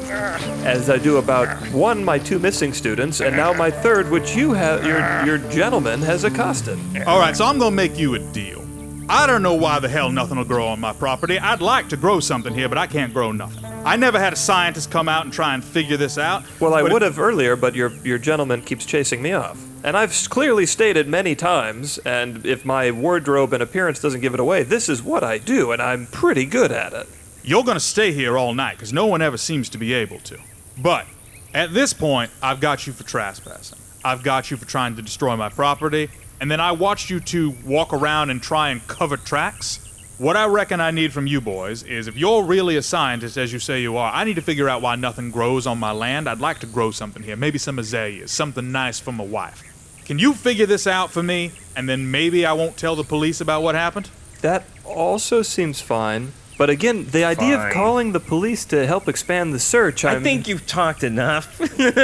S4: as I do about one, my two missing students, and now my third, which you have, your, your gentleman has accosted.
S2: All right, so I'm gonna make you a deal. I don't know why the hell nothing will grow on my property. I'd like to grow something here, but I can't grow nothing. I never had a scientist come out and try and figure this out.
S4: Well, I
S2: but
S4: would have earlier, but your your gentleman keeps chasing me off. And I've s- clearly stated many times, and if my wardrobe and appearance doesn't give it away, this is what I do, and I'm pretty good at it.
S2: You're gonna stay here all night because no one ever seems to be able to. But at this point, I've got you for trespassing. I've got you for trying to destroy my property, and then I watched you two walk around and try and cover tracks. What I reckon I need from you boys is if you're really a scientist, as you say you are, I need to figure out why nothing grows on my land. I'd like to grow something here, maybe some azaleas, something nice for my wife. Can you figure this out for me? And then maybe I won't tell the police about what happened?
S4: That also seems fine. But again, the idea
S3: Fine.
S4: of calling the police to help expand the search,
S3: I
S4: I'm,
S3: think you've talked enough.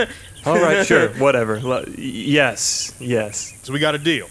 S4: All right, sure, whatever. L- yes, yes,
S2: So we got a deal.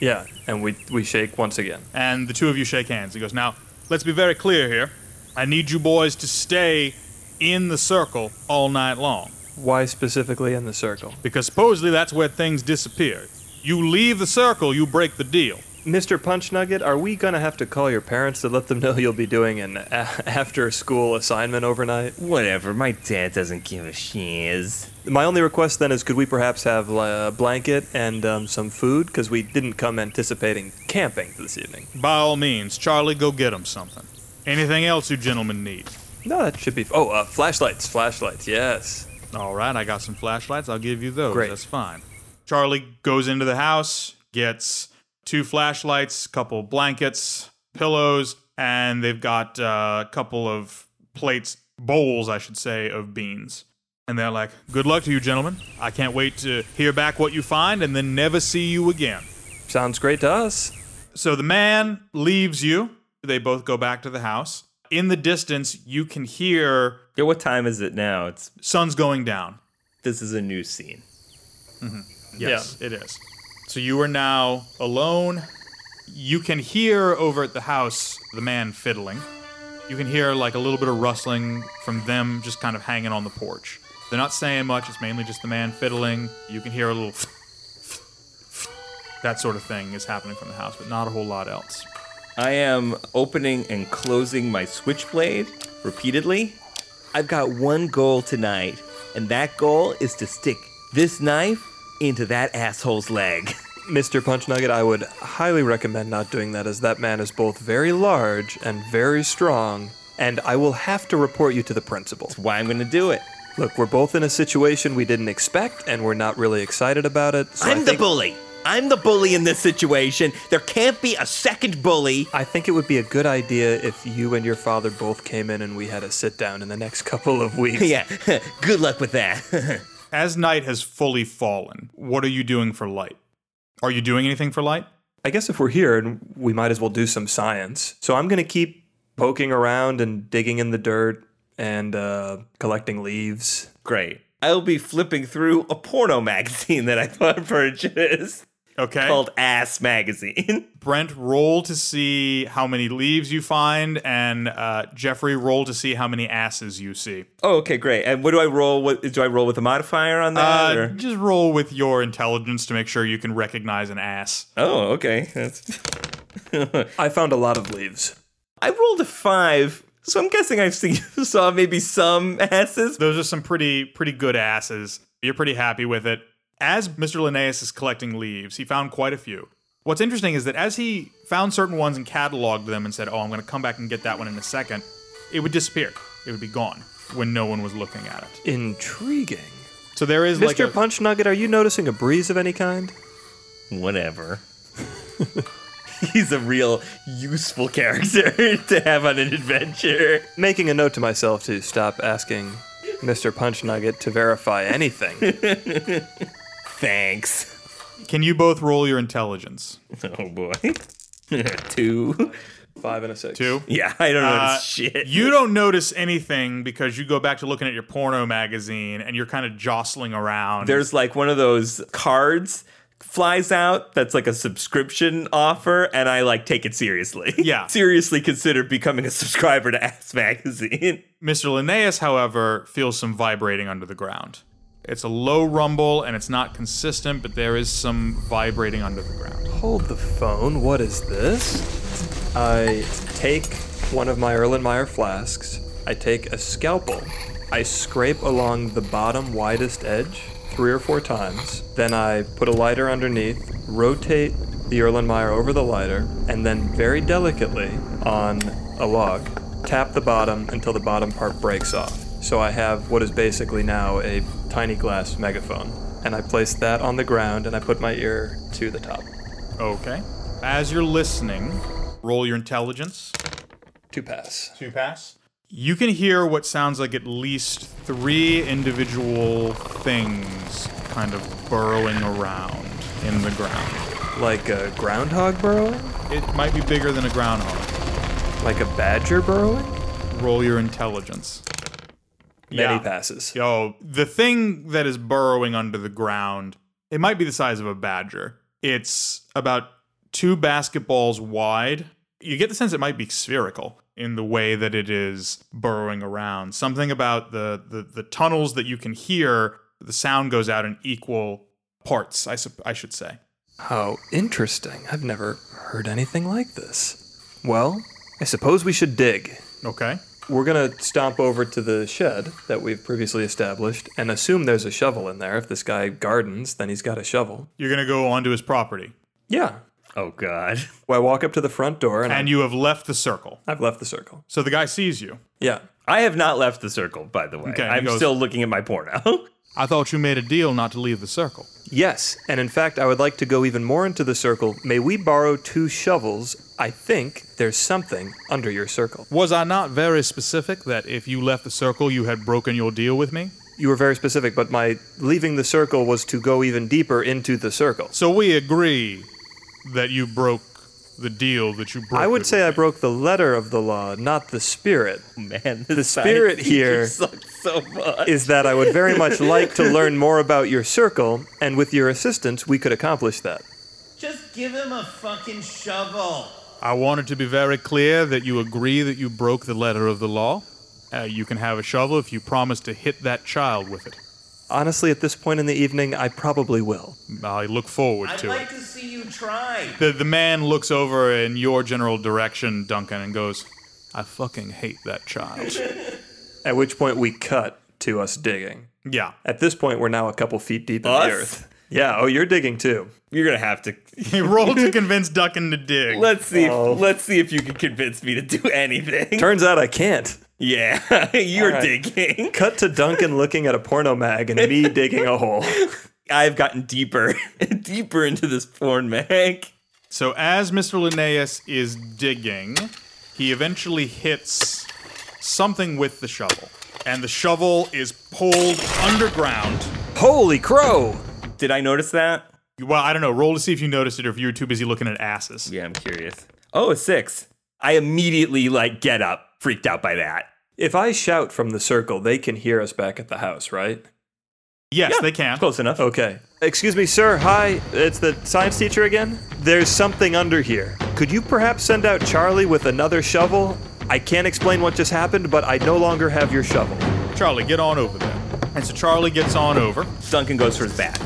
S4: yeah. And we we shake once again.
S2: and the two of you shake hands. He goes, Now, let's be very clear here. I need you boys to stay in the circle all night long
S4: Why specifically in the circle,
S2: because supposedly that's where things disappear. You leave the circle, you break the deal.
S4: Mr. Punch Nugget? Are we gonna have to call your parents to let them know you'll be doing an a- after-school assignment overnight?
S3: Whatever. My dad doesn't give a shiz.
S4: My only request then is could we perhaps have uh, a blanket and um, some food? Because we didn't come anticipating camping this evening.
S2: By all means, Charlie, go get him something. Anything else you gentlemen need?
S4: No, that should be. Oh, uh, flashlights, flashlights, yes.
S2: All right, I got some flashlights. I'll give you those.
S4: Great.
S2: That's fine. Charlie goes into the house, gets two flashlights, couple blankets, pillows, and they've got uh, a couple of plates, bowls, I should say, of beans. And they're like, "Good luck to you, gentlemen. I can't wait to hear back what you find, and then never see you again."
S4: Sounds great to us.
S2: So the man leaves you. They both go back to the house. In the distance, you can hear
S3: Yeah, what time is it now? It's
S2: sun's going down.
S3: this is a new scene.
S2: Yes, it is. So you are now alone. You can hear over at the house the man fiddling. You can hear like a little bit of rustling from them just kind of hanging on the porch. They're not saying much, it's mainly just the man fiddling. You can hear a little that sort of thing is happening from the house, but not a whole lot else.
S3: I am opening and closing my switchblade repeatedly. I've got one goal tonight, and that goal is to stick this knife into that asshole's leg.
S4: Mr. Punch Nugget, I would highly recommend not doing that as that man is both very large and very strong, and I will have to report you to the principal.
S3: Why I'm going to do it.
S4: Look, we're both in a situation we didn't expect, and we're not really excited about it. So I
S3: I'm the
S4: think-
S3: bully. I'm the bully in this situation. There can't be a second bully.
S4: I think it would be a good idea if you and your father both came in and we had a sit down in the next couple of weeks.
S3: Yeah, good luck with that.
S2: As night has fully fallen, what are you doing for light? Are you doing anything for light?
S4: I guess if we're here, and we might as well do some science. So I'm gonna keep poking around and digging in the dirt and uh, collecting leaves.
S3: Great. I'll be flipping through a porno magazine that I purchased
S2: Okay.
S3: called Ass Magazine.
S2: Brent, roll to see how many leaves you find, and uh, Jeffrey, roll to see how many asses you see.
S3: Oh, okay, great. And what do I roll? What do I roll with a modifier on that?
S2: Uh,
S3: or-
S2: just roll with your intelligence to make sure you can recognize an ass.
S3: Oh, okay. That's-
S4: I found a lot of leaves.
S3: I rolled a five, so I'm guessing I've seen saw maybe some asses.
S2: Those are some pretty pretty good asses. You're pretty happy with it. As Mr. Linnaeus is collecting leaves, he found quite a few. What's interesting is that as he found certain ones and cataloged them and said, "Oh, I'm going to come back and get that one in a second, it would disappear. It would be gone when no one was looking at it.
S4: Intriguing.
S2: So there is like
S4: Mr.
S2: a-
S4: Punch Nugget, are you noticing a breeze of any kind?
S3: Whatever. He's a real useful character to have on an adventure.
S4: Making a note to myself to stop asking Mr. Punch Nugget to verify anything.
S3: Thanks.
S2: Can you both roll your intelligence?
S3: Oh boy. Two.
S4: Five and a six.
S2: Two.
S3: Yeah, I don't know
S2: Uh,
S3: shit.
S2: You don't notice anything because you go back to looking at your porno magazine and you're kind of jostling around.
S3: There's like one of those cards flies out that's like a subscription offer, and I like take it seriously.
S2: Yeah.
S3: seriously consider becoming a subscriber to Ass Magazine.
S2: Mr. Linnaeus, however, feels some vibrating under the ground. It's a low rumble and it's not consistent, but there is some vibrating under the ground.
S4: Hold the phone. What is this? I take one of my Erlenmeyer flasks. I take a scalpel. I scrape along the bottom widest edge three or four times. Then I put a lighter underneath, rotate the Erlenmeyer over the lighter, and then very delicately on a log, tap the bottom until the bottom part breaks off. So I have what is basically now a tiny glass megaphone. And I place that on the ground and I put my ear to the top.
S2: Okay. As you're listening, roll your intelligence.
S4: to pass.
S2: Two pass. You can hear what sounds like at least three individual things kind of burrowing around in the ground.
S4: Like a groundhog burrowing?
S2: It might be bigger than a groundhog.
S4: Like a badger burrowing?
S2: Roll your intelligence.
S4: Many passes.
S2: Yo, the thing that is burrowing under the ground, it might be the size of a badger. It's about two basketballs wide. You get the sense it might be spherical in the way that it is burrowing around. Something about the the, the tunnels that you can hear, the sound goes out in equal parts, I, sup- I should say.
S4: How interesting. I've never heard anything like this. Well, I suppose we should dig.
S2: Okay.
S4: We're gonna stomp over to the shed that we've previously established and assume there's a shovel in there. If this guy gardens, then he's got a shovel.
S2: You're going to go onto his property,
S4: Yeah.
S3: Oh God.
S4: Well, I walk up to the front door and,
S2: and you have left the circle.
S4: I've left the circle.
S2: So the guy sees you.
S4: Yeah.
S3: I have not left the circle, by the way.
S2: Okay, he
S3: I'm
S2: goes-
S3: still looking at my porno. Oh,
S2: I thought you made a deal not to leave the circle.
S4: Yes, and in fact, I would like to go even more into the circle. May we borrow two shovels? I think there's something under your circle.
S2: Was I not very specific that if you left the circle, you had broken your deal with me?
S4: You were very specific, but my leaving the circle was to go even deeper into the circle.
S2: So we agree that you broke the deal that you broke.
S4: I would
S2: with
S4: say
S2: me.
S4: I broke the letter of the law, not the spirit.
S3: Man, the
S4: spirit here
S3: sucks so much.
S4: Is that I would very much like to learn more about your circle, and with your assistance, we could accomplish that.
S5: Just give him a fucking shovel.
S2: I wanted to be very clear that you agree that you broke the letter of the law. Uh, you can have a shovel if you promise to hit that child with it.
S4: Honestly, at this point in the evening, I probably will.
S2: I look forward
S5: I'd
S2: to
S5: like
S2: it.
S5: to see you try.
S2: The, the man looks over in your general direction, Duncan, and goes, I fucking hate that child.
S4: At which point, we cut to us digging.
S2: yeah.
S4: At this point, we're now a couple feet deep in
S3: Us?
S4: the earth. Yeah. Oh, you're digging too.
S3: You're gonna have to.
S2: He rolled to convince Duckin to dig.
S3: Let's see. If,
S4: Oh.
S3: Let's see if you can convince me to do anything.
S4: Turns out I can't.
S3: yeah, you're
S4: All right.
S3: digging.
S4: Cut to Duncan looking at a porno mag and me digging a hole.
S3: I've gotten deeper, deeper into this porn mag.
S2: So as Mr. Linnaeus is digging, he eventually hits something with the shovel. And the shovel is pulled underground.
S4: Holy crow!
S3: Did I notice that?
S2: Well, I don't know. Roll to see if you noticed it or if you were too busy looking at asses.
S3: Yeah, I'm curious. Oh, a six. I immediately like get up, freaked out by that.
S4: If I shout from the circle, they can hear us back at the house, right?
S2: Yes, they can.
S3: Close enough.
S4: Okay. Excuse me, sir. Hi. It's the science teacher again. There's something under here. Could you perhaps send out Charlie with another shovel? I can't explain what just happened, but I no longer have your shovel.
S2: Charlie, get on over there. And so Charlie gets on over.
S3: Duncan goes for his bat.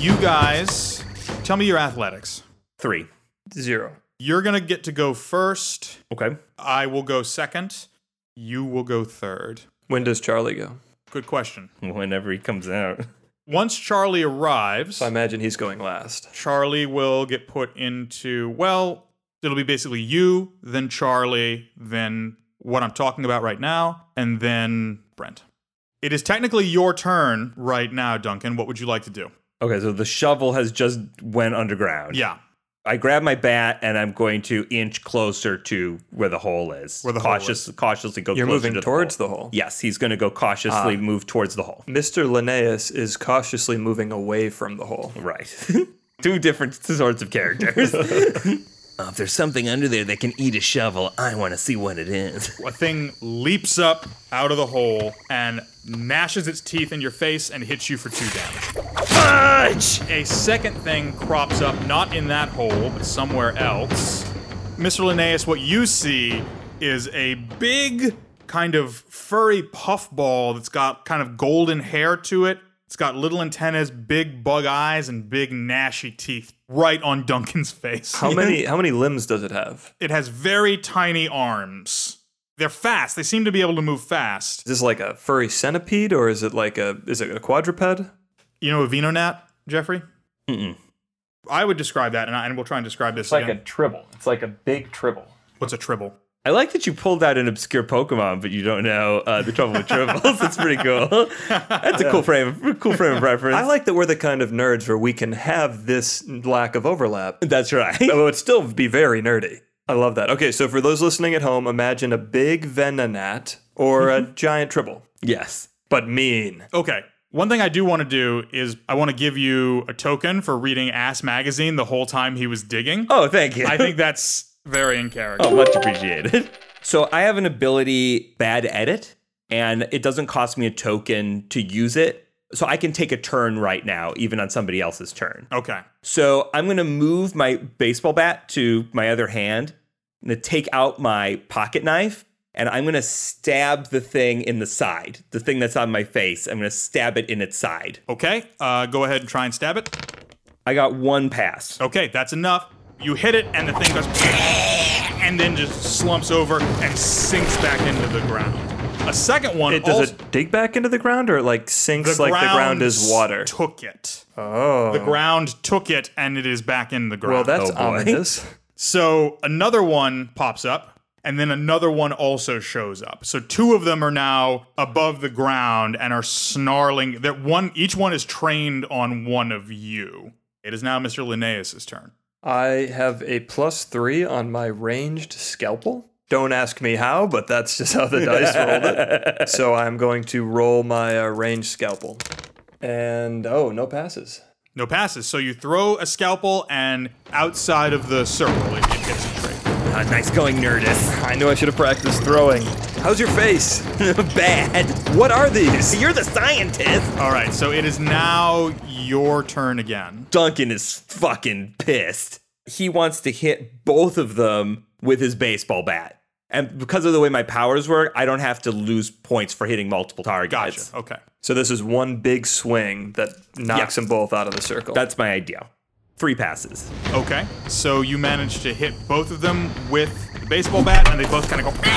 S2: You guys, tell me your athletics.
S3: Three.
S4: Zero.
S2: You're going to get to go first.
S3: Okay.
S2: I will go second. You will go third.
S4: When does Charlie go?
S2: Good question.
S3: Whenever he comes out.
S2: Once Charlie arrives,
S4: I imagine he's going last.
S2: Charlie will get put into, well, it'll be basically you, then Charlie, then what I'm talking about right now, and then Brent. It is technically your turn right now, Duncan. What would you like to do?
S3: Okay, so the shovel has just went underground.
S2: Yeah.
S3: I grab my bat and I'm going to inch closer to where the hole is.
S2: Where the hole
S3: Cautious, Cautiously go
S4: You're
S3: closer
S4: moving
S3: to
S4: towards
S3: the hole.
S4: the hole. Ah.
S3: Yes, he's going to go cautiously move towards the hole.
S4: Mr. Linnaeus is cautiously moving away from the hole.
S3: Right. Two different sorts of characters. Uh, if there's something under there that can eat a shovel, I want to see what it is.
S2: A thing leaps up out of the hole and gnashes its teeth in your face and hits you for two damage.
S3: Fudge!
S2: A second thing crops up, not in that hole, but somewhere else. Mr. Linnaeus, what you see is a big kind of furry puffball that's got kind of golden hair to it. It's got little antennas, big bug eyes, and big gnashy teeth right on Duncan's face.
S4: How many how many limbs does it have?
S2: It has very tiny arms. They're fast. They seem to be able to move fast.
S4: Is this like a furry centipede or is it like a is it a quadruped?
S2: You know a vino gnat, Jeffrey? Mm-mm. I would describe that, and, I, and we'll try and describe this again.
S6: tribble. It's like a big tribble.
S2: What's a tribble?
S3: I like that you pulled out an obscure Pokemon, but you don't know uh, the trouble with tribbles. That's pretty cool. That's a cool frame, of, cool frame of reference.
S4: I like that we're the kind of nerds where we can have this lack of overlap,
S3: That's right.
S4: but it would still be very nerdy. I love that. Okay, so for those listening at home, imagine a big venonat or a giant tribble,
S3: yes.
S4: but mean.
S2: Okay. One thing I do want to do is I want to give you a token for reading Ass Magazine the whole time he was digging.
S3: Oh, thank you.
S2: I think that's very in character.
S3: Oh, much appreciated. So I have an ability, Bad Edit, and it doesn't cost me a token to use it. So I can take a turn right now, even on somebody else's turn.
S2: Okay.
S3: So I'm going to move my baseball bat to my other hand. I'm going to take out my pocket knife and I'm going to stab the thing in the side, the thing that's on my face. I'm going to stab it in its side.
S2: Okay. Uh, go ahead and try and stab it.
S3: I got one pass.
S2: Okay, that's enough. You hit it, and the thing goes and then just slumps over and sinks back into the ground. A second one.
S4: It, does
S2: also-
S4: it dig back into the ground or it like sinks like the ground is water?
S2: Took it. Oh. The ground took it and it is back in the ground.
S4: Well, that's
S3: boy.
S4: ominous.
S2: so another one pops up and then another one also shows up. So two of them are now above the ground and are snarling. That one each one is trained on one of you. It is now Mr. Linnaeus's turn.
S4: I have a plus three on my ranged scalpel. Don't ask me how, but that's just how the dice rolled it. So I'm going to roll my uh, ranged scalpel. And oh, no passes.
S2: No passes. So you throw a scalpel and outside of the circle it, it hits a tree.
S3: Ah, nice going, Nerdist.
S4: I knew I should have practiced throwing. How's your face?
S3: Bad.
S4: What are these?
S3: You're the scientist.
S2: All right, so it is now your turn again.
S3: Duncan is fucking pissed. He wants to hit both of them with his baseball bat. And because of the way my powers work, I don't have to lose points for hitting multiple targets.
S2: Gotcha. Okay.
S4: So this is one big swing that knocks
S3: Yeah.
S4: them both out of the circle.
S3: That's my idea. Three passes.
S2: Okay, so you managed to hit both of them with the baseball bat, and they both kind of go,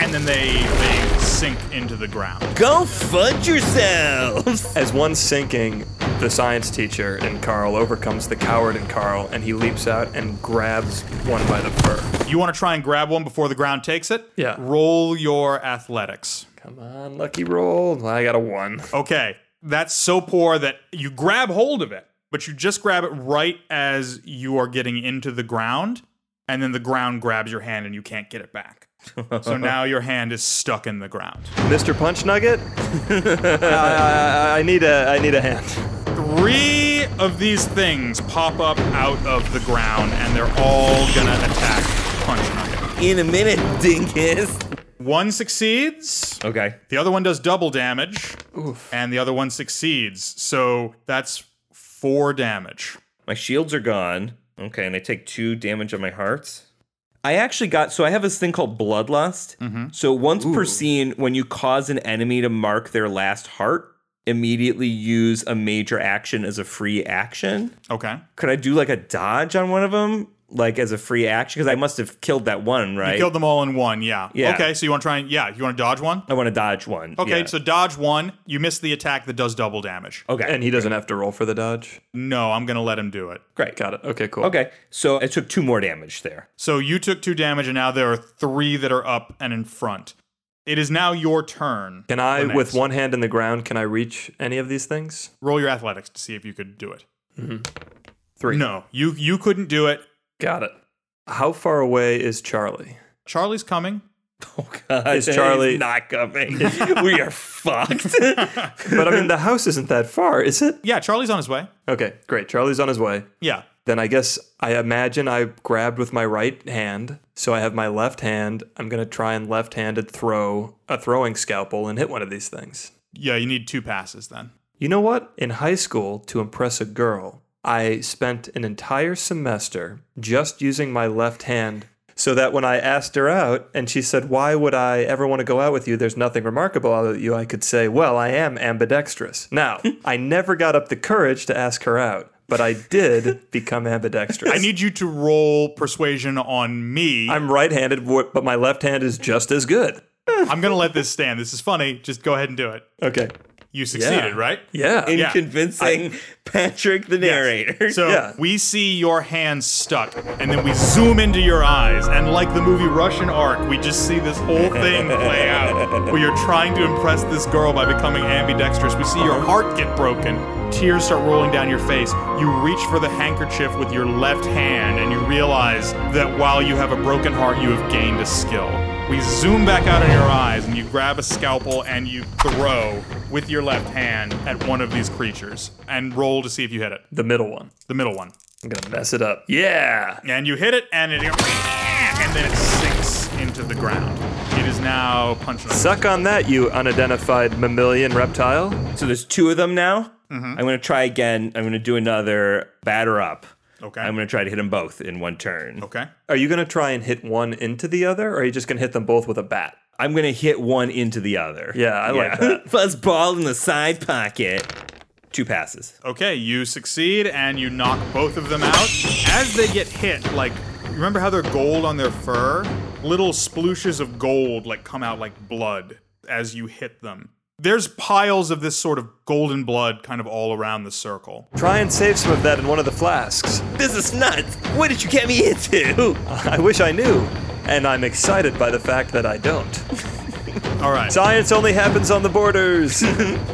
S2: and then they they sink into the ground.
S3: Go fudge yourselves!
S4: As one's sinking, the science teacher in Carl overcomes the coward in Carl, and he leaps out and grabs one by the fur.
S2: You want to try and grab one before the ground takes it?
S4: Yeah.
S2: Roll your athletics.
S4: Come on, lucky roll. I got a one.
S2: Okay. That's so poor that you grab hold of it, but you just grab it right as you are getting into the ground, and then the ground grabs your hand and you can't get it back. so now your hand is stuck in the ground.
S4: Mr. Punch Nugget, I, I- I need a I need a hand.
S2: Three of these things pop up out of the ground, and they're all gonna attack Punch Nugget.
S3: In a minute, dingus.
S2: One succeeds.
S3: Okay.
S2: The other one does double damage, and the other one succeeds. So that's four damage.
S3: My shields are gone. Okay, and I take two damage on my hearts. I actually got so I have this thing called bloodlust.
S2: Mm-hmm.
S3: So once per scene, when you cause an enemy to mark their last heart, immediately use a major action as a free action.
S2: Okay.
S3: Could I do like a dodge on one of them, like as a free action? Because I must have killed that one, right?
S2: Killed them all in one, yeah.
S3: Yeah.
S2: Okay, so you want to try and, yeah, you want to dodge one?
S3: I want to dodge one.
S2: Okay,
S3: yeah.
S2: so dodge one. You miss the attack that does double damage.
S3: okay,
S4: And he doesn't have to roll for the dodge.
S2: No, I'm going to let him do it.
S3: great.
S4: Got it. Okay, cool.
S3: Okay, so I took two more damage there.
S2: So you took two damage, and now there are three that are up and in front. It is now your turn.
S4: Can I,
S2: Lynette.
S4: with one hand in the ground, can I reach any of these things?
S2: Roll your athletics to see if you could do it.
S4: Mm-hmm. Three.
S2: No, you you couldn't do it.
S4: Got it. How far away is Charlie?
S2: Charlie's coming.
S3: Oh God,
S4: Is Charlie-
S3: he's not coming? we are fucked.
S4: But I mean, the house isn't that far, is it?
S2: Yeah, Charlie's on his way.
S4: Okay, great. Charlie's on his way.
S2: Yeah.
S4: Then I guess I imagine I grabbed with my right hand, so I have my left hand. I'm gonna try and left-handed throw a throwing scalpel and hit one of these things.
S2: Yeah, you need two passes then.
S4: You know what? In high school, to impress a girl, I spent an entire semester just using my left hand so that when I asked her out and she said, Why would I ever want to go out with you? There's nothing remarkable about you. I could say, Well, I am ambidextrous. Now, I never got up the courage to ask her out, but I did become ambidextrous.
S2: I need you to roll persuasion on me. I'm,
S4: I'm right handed, but my left hand is just as good.
S2: going to let this stand. This is funny. Just go ahead and do it.
S4: Okay.
S2: You succeeded, right?
S4: Yeah.
S3: in
S2: Yeah.
S3: convincing Patrick the narrator.
S2: So
S4: Yeah.
S2: we see your hand stuck, and then we zoom into your eyes, and like the movie Russian Ark, we just see this whole thing play out where you're trying to impress this girl by becoming ambidextrous. We see your heart get broken, tears start rolling down your face. You reach for the handkerchief with your left hand, and you realize that while you have a broken heart, you have gained a skill. We zoom back out in your eyes, and you grab a scalpel and you throw with your left hand at one of these creatures, and roll to see if you hit it.
S4: the middle one.
S2: The middle one.
S4: I'm going to mess it up. Yeah.
S2: And you hit it, and it and then it sinks into the ground. It is now punching.
S4: Suck on that, you unidentified mammalian reptile.
S3: So there's two of them now.
S4: Mm-hmm.
S3: I'm gonna try again. I'm gonna do another batter up.
S2: Okay.
S3: I'm gonna try to hit them both in one turn.
S2: okay.
S4: Are you going to try and hit one into the other, or are you just going to hit them both with a bat?
S3: I'm gonna hit one into the other.
S4: Yeah, I like that.
S3: Fuzzball in the side pocket. Two passes.
S2: Okay. You succeed, and you knock both of them out. As they get hit, like remember how they're gold on their fur? Little splooshes of gold like come out like blood as you hit them. There's piles of this sort of golden blood kind of all around the circle.
S4: Try and save some of that in one of the flasks.
S3: This is nuts. What did you get me into?
S4: I wish I knew, and I'm excited by the fact that I don't.
S2: All right.
S4: Science only happens on the borders.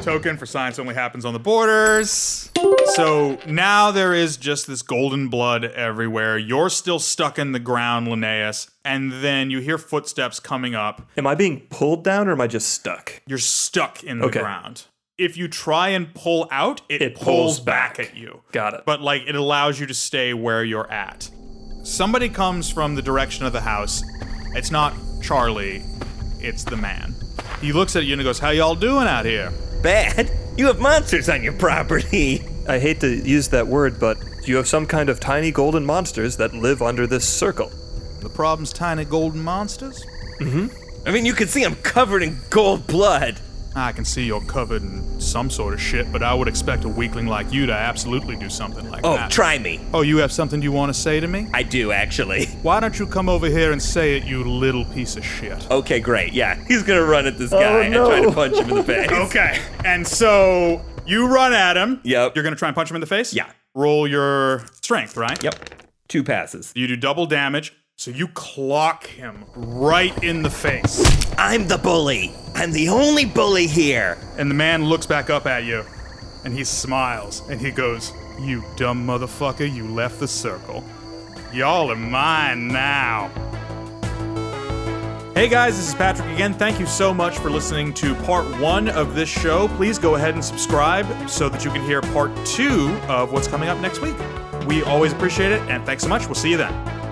S2: token for science only happens on the borders. So now there is just this golden blood everywhere. You're still stuck in the ground, Linnaeus, and then you hear footsteps coming up.
S4: am I being pulled down, or am I just stuck?
S2: You're stuck in the
S4: Okay.
S2: ground. If you try and pull out, it,
S4: It
S2: pulls,
S4: pulls
S2: back.
S4: back.
S2: at you.
S4: Got it.
S2: But like it allows you to stay where you're at. Somebody comes from the direction of the house. It's not Charlie, it's the man. He looks at you and he goes, How y'all doing out here?
S3: Bad. You have monsters on your property.
S4: I hate to use that word, but you have some kind of tiny golden monsters that live under this circle.
S2: The problem's tiny golden monsters?
S3: I mean, you can see I'm covered in gold blood.
S2: I can see you're covered in some sort of shit, but I would expect a weakling like you to absolutely do something like
S3: Oh,
S4: Ah.
S2: that.
S3: try me.
S2: Oh, you have something you want to say to me?
S3: I do actually.
S2: Why don't you come over here and say it, you little piece of shit?
S4: Oh,
S3: Okay, great. Yeah, he's gonna run at this guy and try to punch him in the face.
S2: Okay. And so You run at him.
S3: Yep.
S2: You're going to try and punch him in the face?
S3: Yeah.
S2: Roll your strength, right?
S3: Yep. Two passes.
S2: You do double damage. So you clock him right in the face.
S1: I'm the bully. I'm the only bully here.
S2: And the man looks back up at you and he smiles and he goes, You dumb motherfucker, you left the circle. Y'all are mine now. Hey guys, this is Patrick again. Thank you so much for listening to part one of this show. Please go ahead and subscribe so that you can hear part two of what's coming up next week. We always appreciate it, and thanks so much. We'll see you then.